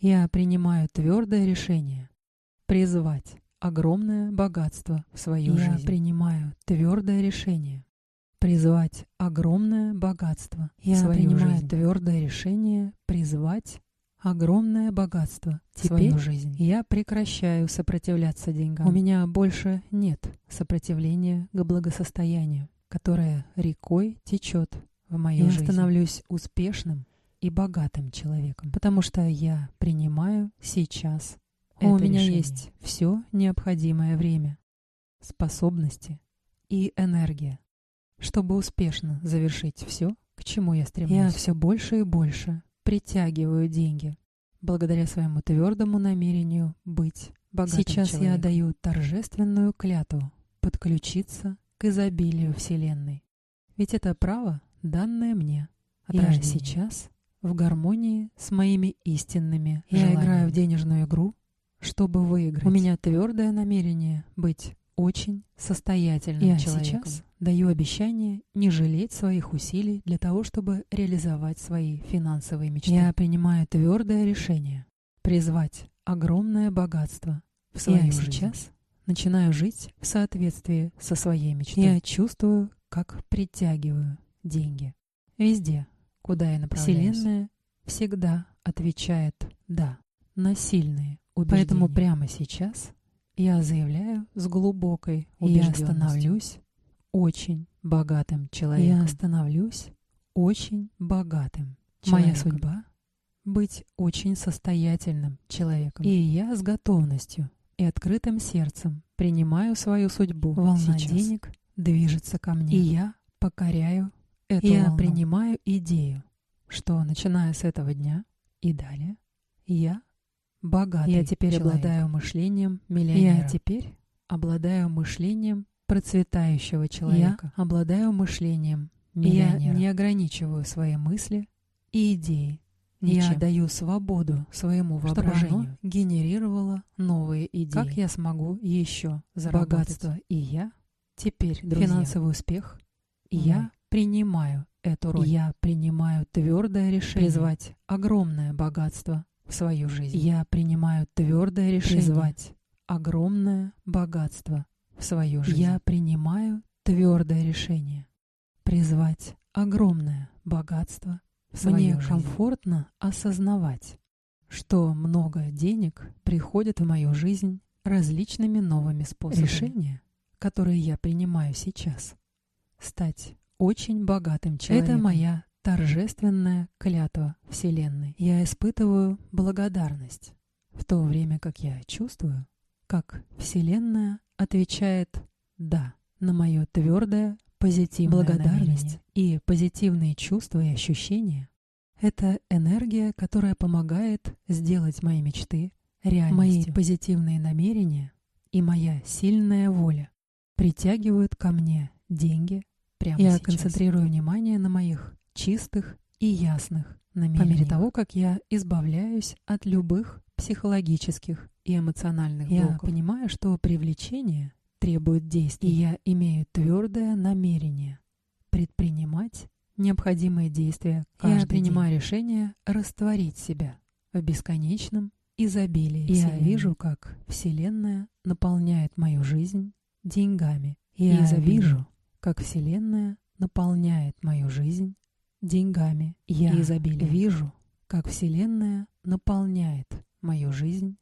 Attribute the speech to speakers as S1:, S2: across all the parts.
S1: Я принимаю твердое решение призвать огромное богатство в свою
S2: Я
S1: жизнь. принимаю твердое решение призвать огромное богатство
S2: Я
S1: в свою
S2: принимаю
S1: жизнь. твердое решение призвать огромное богатство в свою
S2: Теперь
S1: жизнь. Я прекращаю сопротивляться деньгам. У меня больше нет сопротивления к благосостоянию, которое рекой течет в мою
S2: Я
S1: жизнь.
S2: становлюсь
S1: успешным и богатым человеком, потому что я принимаю сейчас
S2: это
S1: у меня
S2: решение.
S1: есть все необходимое время, способности и энергия, чтобы успешно завершить все, к чему я стремлюсь. Я все больше и больше притягиваю деньги благодаря своему твердому намерению быть богатым
S2: Сейчас я
S1: даю торжественную клятву подключиться к изобилию Вселенной. Ведь это право, данное мне от
S2: Я
S1: рождения.
S2: сейчас
S1: в гармонии с моими истинными Я
S2: желаниями.
S1: играю в денежную игру, чтобы выиграть. У меня твердое намерение быть очень состоятельным
S2: Я
S1: человеком.
S2: сейчас
S1: даю обещание не жалеть своих усилий для того, чтобы реализовать свои финансовые мечты.
S2: Я
S1: принимаю твердое решение призвать огромное богатство в
S2: свою
S1: Я
S2: жизнь.
S1: сейчас начинаю жить в соответствии со своей мечтой.
S2: Я
S1: чувствую, как притягиваю деньги. Везде, куда я
S2: направляюсь.
S1: Вселенная всегда отвечает «да» на сильные убеждения.
S2: Поэтому
S1: прямо сейчас я заявляю с глубокой Я
S2: убежденностью.
S1: становлюсь очень богатым человеком.
S2: Я
S1: становлюсь очень богатым Моя
S2: человеком.
S1: судьба — быть очень состоятельным человеком. И я с готовностью и открытым сердцем принимаю свою судьбу.
S2: Волна
S1: Сейчас.
S2: денег
S1: движется ко мне. И я покоряю эту
S2: Я
S1: волну.
S2: принимаю
S1: идею, что, начиная с этого дня и далее, я богатый
S2: Я теперь
S1: человек.
S2: обладаю
S1: мышлением Я
S2: миллионера.
S1: теперь обладаю мышлением процветающего человека. Я обладаю мышлением Я
S2: миллионера.
S1: не ограничиваю свои мысли и идеи. Я
S2: Ничем.
S1: даю свободу своему
S2: Чтобы оно
S1: воображению. генерировало новые идеи. Как я смогу еще заработать?
S2: Богатство
S1: и я теперь,
S2: друзья,
S1: финансовый успех,
S2: мой.
S1: я принимаю эту роль. Я принимаю твердое решение призвать огромное богатство в свою жизнь. Я принимаю твердое
S2: решение
S1: призвать огромное богатство в свою жизнь. Я принимаю твердое решение призвать огромное богатство. Мне
S2: в свою жизнь.
S1: комфортно осознавать, что много денег приходит в мою жизнь различными новыми способами.
S2: Решение,
S1: которые я принимаю сейчас, стать очень богатым человеком. М-м.
S2: человеком.
S1: Это моя торжественная клятва Вселенной. Я испытываю благодарность, в то время как я чувствую, как Вселенная отвечает «да» на мое твердое позитивное
S2: Благодарность
S1: и позитивные чувства и ощущения — это энергия, которая помогает сделать мои мечты реальностью. Мои позитивные намерения и моя сильная воля притягивают ко мне деньги прямо
S2: Я
S1: сейчас.
S2: концентрирую
S1: внимание на моих чистых и ясных намерениях. По мере
S2: намерениях.
S1: того, как я избавляюсь от любых психологических и эмоциональных
S2: Я
S1: блоков. понимаю, что привлечение требует действий. И я имею твердое намерение предпринимать необходимые действия
S2: каждый
S1: Я принимаю решение растворить себя в бесконечном изобилии. Я
S2: Вселенной.
S1: вижу, как Вселенная наполняет мою жизнь деньгами.
S2: Я
S1: Я вижу, как Вселенная наполняет мою жизнь деньгами
S2: Я
S1: и изобилием. Вижу, как Вселенная наполняет мою жизнь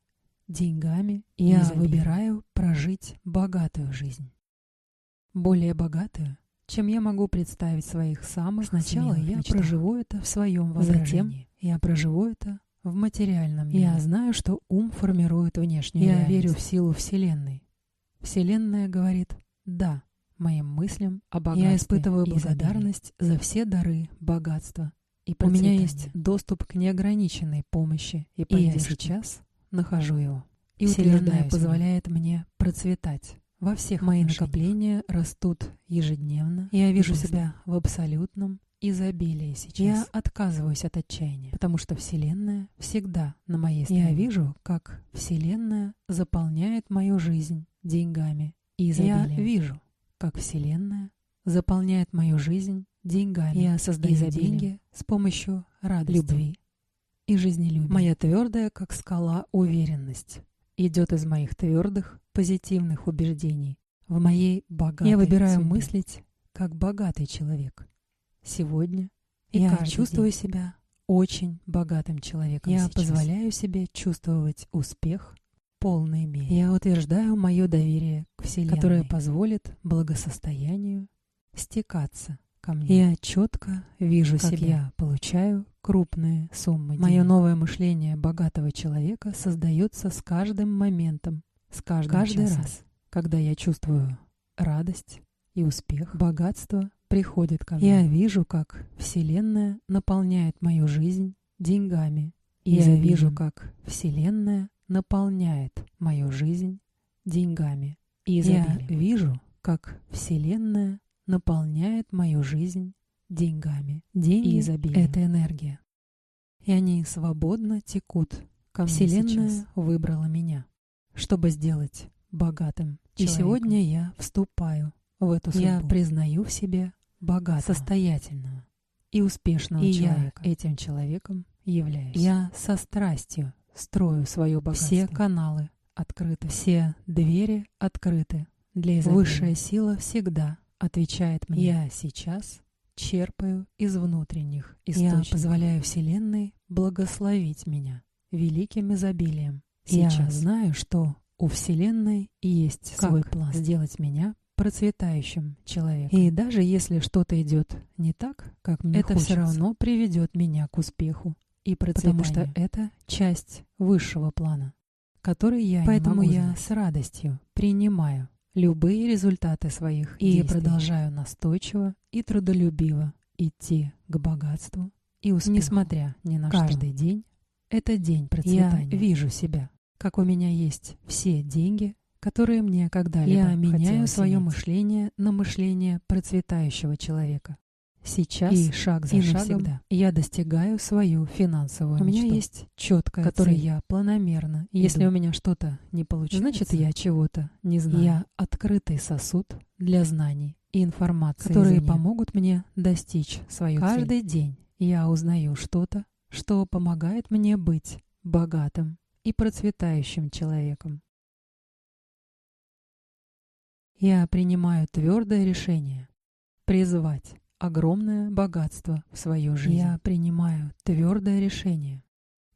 S1: деньгами. и
S2: Я
S1: изобилием.
S2: выбираю
S1: прожить богатую жизнь. Более богатую, чем я могу представить в своих самых
S2: Сначала
S1: смелых
S2: я
S1: мечтах.
S2: проживу
S1: это в своем
S2: воображении.
S1: Затем я проживу это в материальном мире.
S2: Я
S1: знаю, что ум формирует внешнюю Я
S2: реальность.
S1: верю в силу Вселенной. Вселенная говорит «да» моим мыслям о богатстве.
S2: Я испытываю
S1: и
S2: благодарность
S1: за все дары, богатства и
S2: У меня
S1: процветания.
S2: есть
S1: доступ к неограниченной помощи и я
S2: поддержке.
S1: сейчас нахожу его. И
S2: И
S1: Вселенная
S2: утверждаюсь в
S1: позволяет мне процветать. Во всех
S2: Мои
S1: мои накопления растут ежедневно. Я вижу себя в абсолютном изобилии сейчас. Я отказываюсь от отчаяния, потому что Вселенная всегда на моей стороне.
S2: Я
S1: вижу, как Вселенная заполняет мою жизнь деньгами и
S2: изобилием.
S1: Я вижу, как Вселенная заполняет мою жизнь деньгами.
S2: Я создаю
S1: и за
S2: деньги
S1: деньги с помощью радости,
S2: любви,
S1: и жизнелюбие. Моя твердая, как скала, уверенность идет из моих твердых, позитивных убеждений. В моей богатой
S2: Я выбираю
S1: судьбе.
S2: мыслить как богатый человек.
S1: Сегодня
S2: И
S1: я
S2: каждый
S1: чувствую
S2: день.
S1: себя очень богатым человеком.
S2: Я
S1: сейчас.
S2: позволяю
S1: себе чувствовать успех в полной мере.
S2: Я утверждаю мое доверие к Вселенной,
S1: которое позволит благосостоянию стекаться ко мне.
S2: Я четко вижу
S1: как
S2: себя.
S1: я получаю крупные суммы
S2: Мое
S1: денег.
S2: новое мышление богатого человека создается с каждым моментом,
S1: с каждым
S2: каждый
S1: часом.
S2: раз.
S1: когда я чувствую радость и успех, богатство приходит ко мне.
S2: Я
S1: вижу, как Вселенная наполняет мою жизнь деньгами. И
S2: Я
S1: я вижу,
S2: вижу,
S1: как Вселенная наполняет мою жизнь деньгами.
S2: И
S1: Я
S2: изобилием.
S1: вижу, как Вселенная наполняет мою жизнь деньгами. Деньги —
S2: И изобилием.
S1: это энергия. И они свободно текут ко мне
S2: Вселенная
S1: сейчас. выбрала меня, чтобы сделать богатым
S2: И сегодня
S1: я вступаю в эту Я
S2: судьбу.
S1: признаю в себе богатого, состоятельного и успешного
S2: И я
S1: человека. этим человеком являюсь.
S2: Я
S1: Я со страстью строю свое богатство.
S2: Все
S1: каналы открыты, все двери открыты для изобилия.
S2: Высшая
S1: сила всегда отвечает
S2: мне.
S1: Я сейчас черпаю из внутренних источников.
S2: источников.
S1: Я позволяю Вселенной благословить меня великим изобилием. Я
S2: Сейчас.
S1: знаю, что у Вселенной есть
S2: Как
S1: свой план сделать меня процветающим человеком.
S2: И
S1: даже если что-то идет не так, как
S2: мне
S1: это
S2: хочется.
S1: все равно приведет меня к успеху и процветанию.
S2: Потому что
S1: это часть высшего плана, который я
S2: не
S1: Поэтому
S2: могу
S1: я
S2: знать.
S1: с радостью принимаю любые результаты своих
S2: И
S1: и продолжаю настойчиво и трудолюбиво идти к богатству и успеху. Несмотря ни на
S2: Каждый
S1: Каждый день — это день процветания.
S2: процветания.
S1: вижу себя, как у меня есть все деньги, которые мне когда-либо
S2: Я меняю
S1: хотелось
S2: свое
S1: иметь.
S2: мышление на мышление процветающего человека. Сейчас
S1: И шаг за
S2: и
S1: шагом
S2: навсегда.
S1: я достигаю свою финансовую
S2: у меня
S1: мечту,
S2: есть четкая
S1: которой
S2: цель.
S1: я планомерно, если
S2: Иду.
S1: у меня что-то не получится,
S2: Значит,
S1: я чего-то не
S2: знаю.
S1: Я открытый сосуд для знаний и информации,
S2: Которые
S1: помогут мне достичь свою
S2: цель.
S1: Каждый день я узнаю что-то, что помогает мне быть богатым и процветающим человеком. Я принимаю твердое решение призвать огромное богатство в свою жизнь.
S2: Я
S1: принимаю твердое решение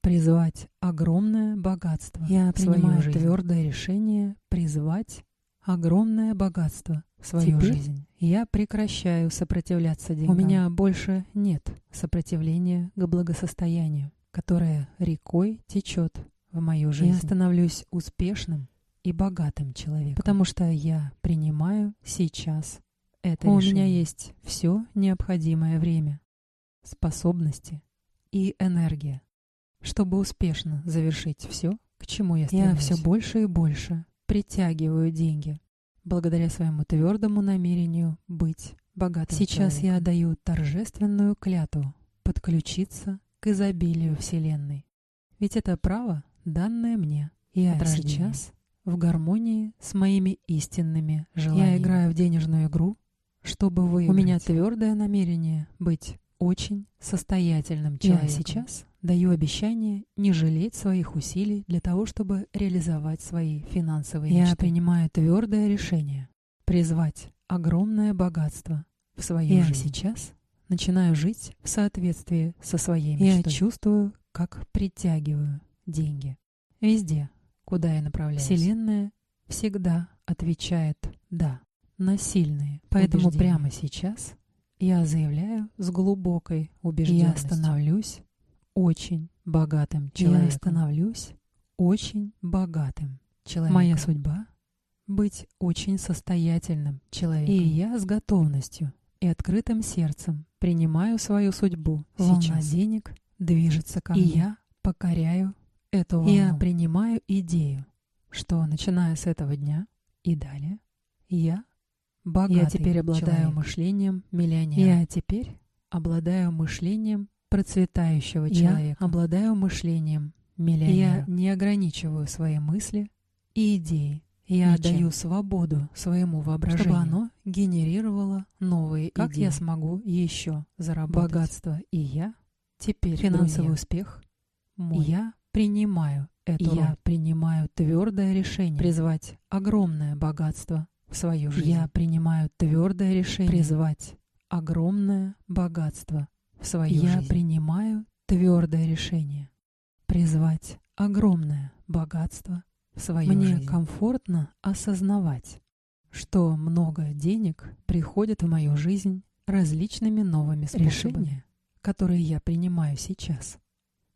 S1: призвать огромное богатство
S2: Я
S1: в свою
S2: принимаю
S1: жизнь. твердое решение призвать огромное богатство в свою
S2: Теперь
S1: жизнь. Я прекращаю сопротивляться деньгам. У меня больше нет сопротивления к благосостоянию, которое рекой течет в мою жизнь.
S2: Я
S1: становлюсь успешным и богатым человеком, потому что я принимаю сейчас это
S2: У
S1: решение.
S2: меня
S1: есть все необходимое время, способности и энергия чтобы успешно завершить все, к чему я
S2: Я
S1: стремлюсь.
S2: всё
S1: больше и больше притягиваю деньги, благодаря своему твердому намерению быть богатым. Сейчас я даю торжественную клятву подключиться к изобилию Вселенной. Ведь это право, данное мне. Я
S2: От рождения.
S1: сейчас в гармонии с моими истинными желаниями.
S2: Я играю
S1: в денежную игру, чтобы вы У меня твердое намерение быть очень состоятельным человеком.
S2: человеком.
S1: сейчас даю обещание не жалеть своих усилий для того, чтобы реализовать свои финансовые
S2: Я
S1: мечты. принимаю твердое решение призвать огромное богатство в свою
S2: Я
S1: жизнь. сейчас начинаю жить в соответствии со своей
S2: Я
S1: Я чувствую, как притягиваю деньги. Везде, куда я направляюсь. Вселенная всегда отвечает «да» на сильные Поэтому
S2: убеждения.
S1: прямо сейчас я заявляю с глубокой убежденностью.
S2: Я становлюсь
S1: очень богатым человеком.
S2: человеком.
S1: становлюсь очень богатым человеком.
S2: Моя
S1: судьба — быть очень состоятельным человеком.
S2: И
S1: я с готовностью и открытым сердцем принимаю свою судьбу
S2: Волна
S1: денег движется ко
S2: И
S1: мне. я покоряю эту Я
S2: волну.
S1: принимаю идею, что, начиная с этого дня и далее, я богатый
S2: Я теперь обладаю
S1: мышлением миллионера. Я теперь обладаю мышлением процветающего человека.
S2: человека.
S1: обладаю мышлением миллионера. Я не ограничиваю свои мысли и идеи. Я
S2: Ничем.
S1: даю свободу своему воображению,
S2: Чтобы оно
S1: генерировало новые Как
S2: идеи.
S1: я смогу еще заработать?
S2: Богатство
S1: и я теперь
S2: финансовый
S1: финансовый успех мой. Я принимаю эту
S2: Я
S1: роль. принимаю твердое решение призвать огромное богатство в свою жизнь.
S2: Я
S1: принимаю твердое решение призвать огромное богатство в свою я
S2: жизнь.
S1: принимаю твердое решение призвать огромное богатство в свою
S2: Мне
S1: жизнь. комфортно осознавать, что много денег приходит в мою жизнь различными новыми способами,
S2: Решения,
S1: которые я принимаю сейчас.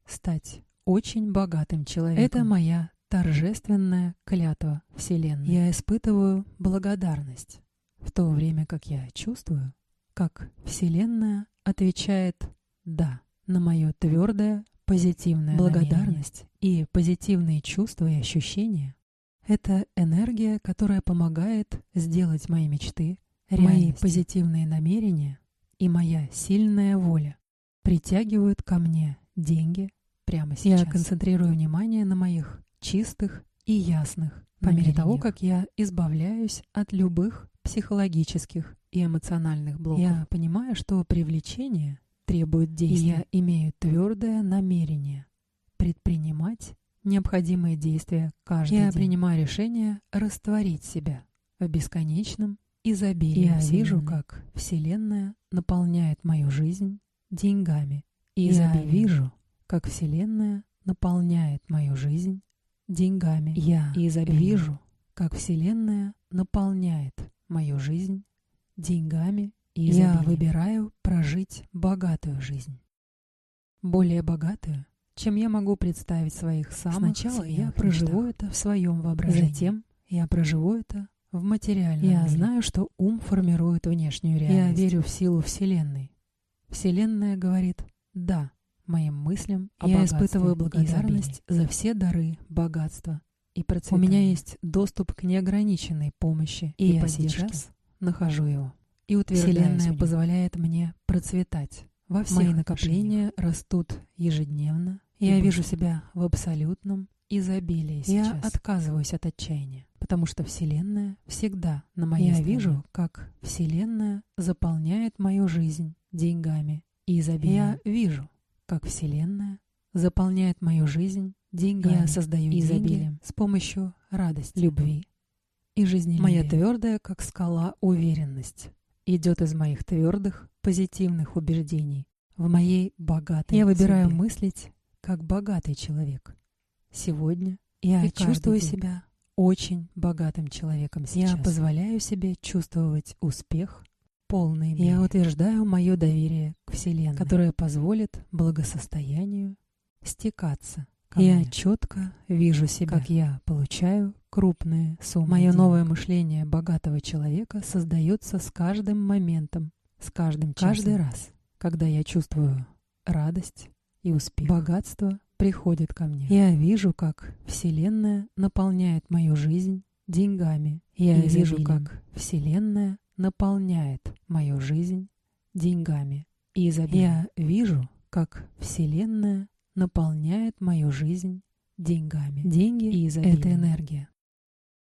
S1: Стать очень богатым человеком.
S2: Это
S1: моя торжественная клятва Вселенной. Я испытываю благодарность, в то время как я чувствую, как Вселенная отвечает «да» на мое твердое позитивное
S2: Благодарность
S1: и позитивные чувства и ощущения — это энергия, которая помогает сделать мои мечты, мои
S2: реальностью.
S1: позитивные намерения и моя сильная воля притягивают ко мне деньги прямо сейчас. Я концентрирую внимание на моих чистых и ясных по мере того,
S2: намерениях.
S1: как я избавляюсь от любых психологических и эмоциональных блоков. Я понимаю, что привлечение требует действий. Я имею твердое намерение предпринимать необходимые действия каждый
S2: Я
S1: день. принимаю решение растворить себя в бесконечном изобилии. Я вижу,
S2: Вселенной.
S1: как Вселенная наполняет мою жизнь деньгами и
S2: Я
S1: изобилием.
S2: вижу,
S1: как Вселенная наполняет мою жизнь деньгами
S2: Я
S1: и изобилием.
S2: вижу,
S1: как Вселенная наполняет мою жизнь деньгами и
S2: изобилием.
S1: Я выбираю прожить богатую жизнь. Более богатую, чем я могу представить в своих самых
S2: Сначала
S1: смелых
S2: я проживу
S1: мечтах. это в своем воображении. Затем я проживу это в материальном
S2: Я
S1: мире.
S2: знаю,
S1: что ум формирует внешнюю
S2: реальность.
S1: Я верю в силу Вселенной. Вселенная говорит «да» моим мыслям о
S2: Я
S1: богатстве
S2: испытываю
S1: и
S2: благодарность
S1: изобилии. за все дары, богатства и
S2: процветание.
S1: У меня есть доступ к неограниченной помощи и,
S2: И я
S1: поддержке.
S2: сейчас
S1: нахожу его. И
S2: утверждаюсь в
S1: Вселенная
S2: нем.
S1: позволяет мне процветать. Во всех
S2: Мои
S1: накопления растут ежедневно. Я
S2: И
S1: вижу
S2: быстро.
S1: себя в абсолютном изобилии
S2: Я
S1: Я отказываюсь от отчаяния, потому что Вселенная всегда на моей
S2: Я
S1: стороне.
S2: вижу,
S1: как Вселенная заполняет мою жизнь деньгами и
S2: изобилием.
S1: Я вижу, как Вселенная заполняет мою жизнь деньгами
S2: Я создаю
S1: и
S2: деньги
S1: изобилием с помощью радости, любви и жизни. Моя
S2: Моя
S1: твердая, как скала, уверенность идет из моих твердых, позитивных убеждений в моей богатой
S2: Я выбираю
S1: мыслить как богатый человек. Сегодня я
S2: И каждый
S1: чувствую
S2: день.
S1: себя очень богатым человеком сейчас.
S2: Я
S1: позволяю себе чувствовать успех полный
S2: мере.
S1: Я утверждаю мое доверие к Вселенной, которое позволит благосостоянию стекаться. ко
S2: Я
S1: мне. четко вижу себя, как я получаю крупные суммы. Мое
S2: денег.
S1: новое мышление богатого человека создается с каждым моментом, с каждым часом.
S2: Каждый
S1: раз, когда я чувствую радость и успех. Богатство приходит ко мне. Я вижу, как Вселенная наполняет мою жизнь деньгами. Я
S2: И
S1: вижу,
S2: изобилием.
S1: как Вселенная наполняет мою жизнь деньгами и изобилием. Я вижу, как Вселенная наполняет мою жизнь деньгами. Деньги
S2: и изобилием.
S1: это энергия.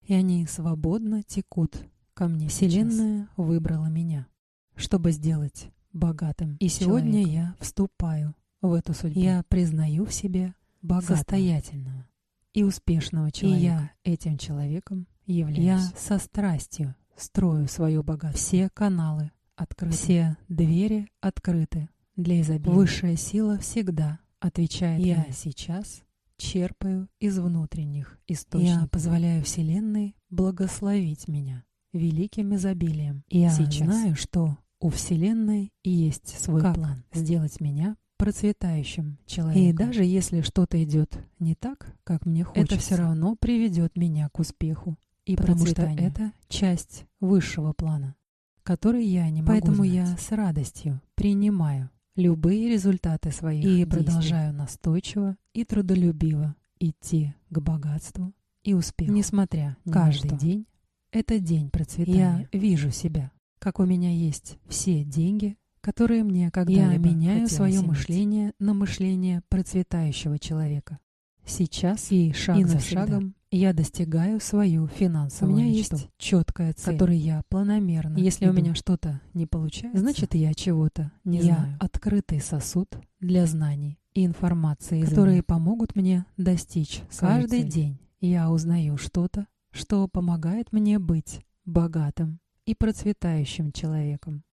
S1: И они свободно текут ко мне. Вселенная выбрала меня, чтобы сделать богатым. И сегодня
S2: человеком.
S1: я вступаю в эту судьбу. Я признаю в себе богатого, состоятельного и успешного человека. я этим человеком являюсь. Я со страстью строю свое богатство. Все каналы открыты. Все двери открыты для изобилия. Высшая сила всегда отвечает
S2: Я
S1: сейчас черпаю из внутренних источников. Я позволяю Вселенной благословить меня великим изобилием. Я
S2: Сейчас.
S1: знаю, что у Вселенной есть свой
S2: Как
S1: план сделать меня процветающим человеком. И даже если что-то идет не так, как мне хочется,
S2: хочется.
S1: все равно приведет меня к успеху и потому что
S2: процветанию.
S1: это часть высшего плана, который я не могу
S2: Поэтому
S1: знать.
S2: я
S1: с радостью принимаю любые результаты своих и
S2: действий.
S1: продолжаю настойчиво и трудолюбиво идти к богатству и успеху. Несмотря
S2: ни на
S1: каждый
S2: что.
S1: день, это день процветания. Я вижу себя, как у меня есть все деньги, которые мне когда-либо
S2: Я меняю
S1: хотелось
S2: свое
S1: иметь.
S2: мышление
S1: на мышление процветающего человека. Сейчас и шаг
S2: и
S1: за
S2: навсегда.
S1: шагом я достигаю свою финансовую
S2: У меня
S1: мечту,
S2: есть
S1: четкая
S2: цель,
S1: которой я планомерно.
S2: если
S1: иду.
S2: у меня
S1: что-то не получается,
S2: значит,
S1: значит я чего-то не
S2: я
S1: знаю. Открытый сосуд для знаний
S2: и информации, извне, которые помогут мне достичь своей Каждый цели. день я узнаю что-то, что помогает мне быть богатым и процветающим человеком.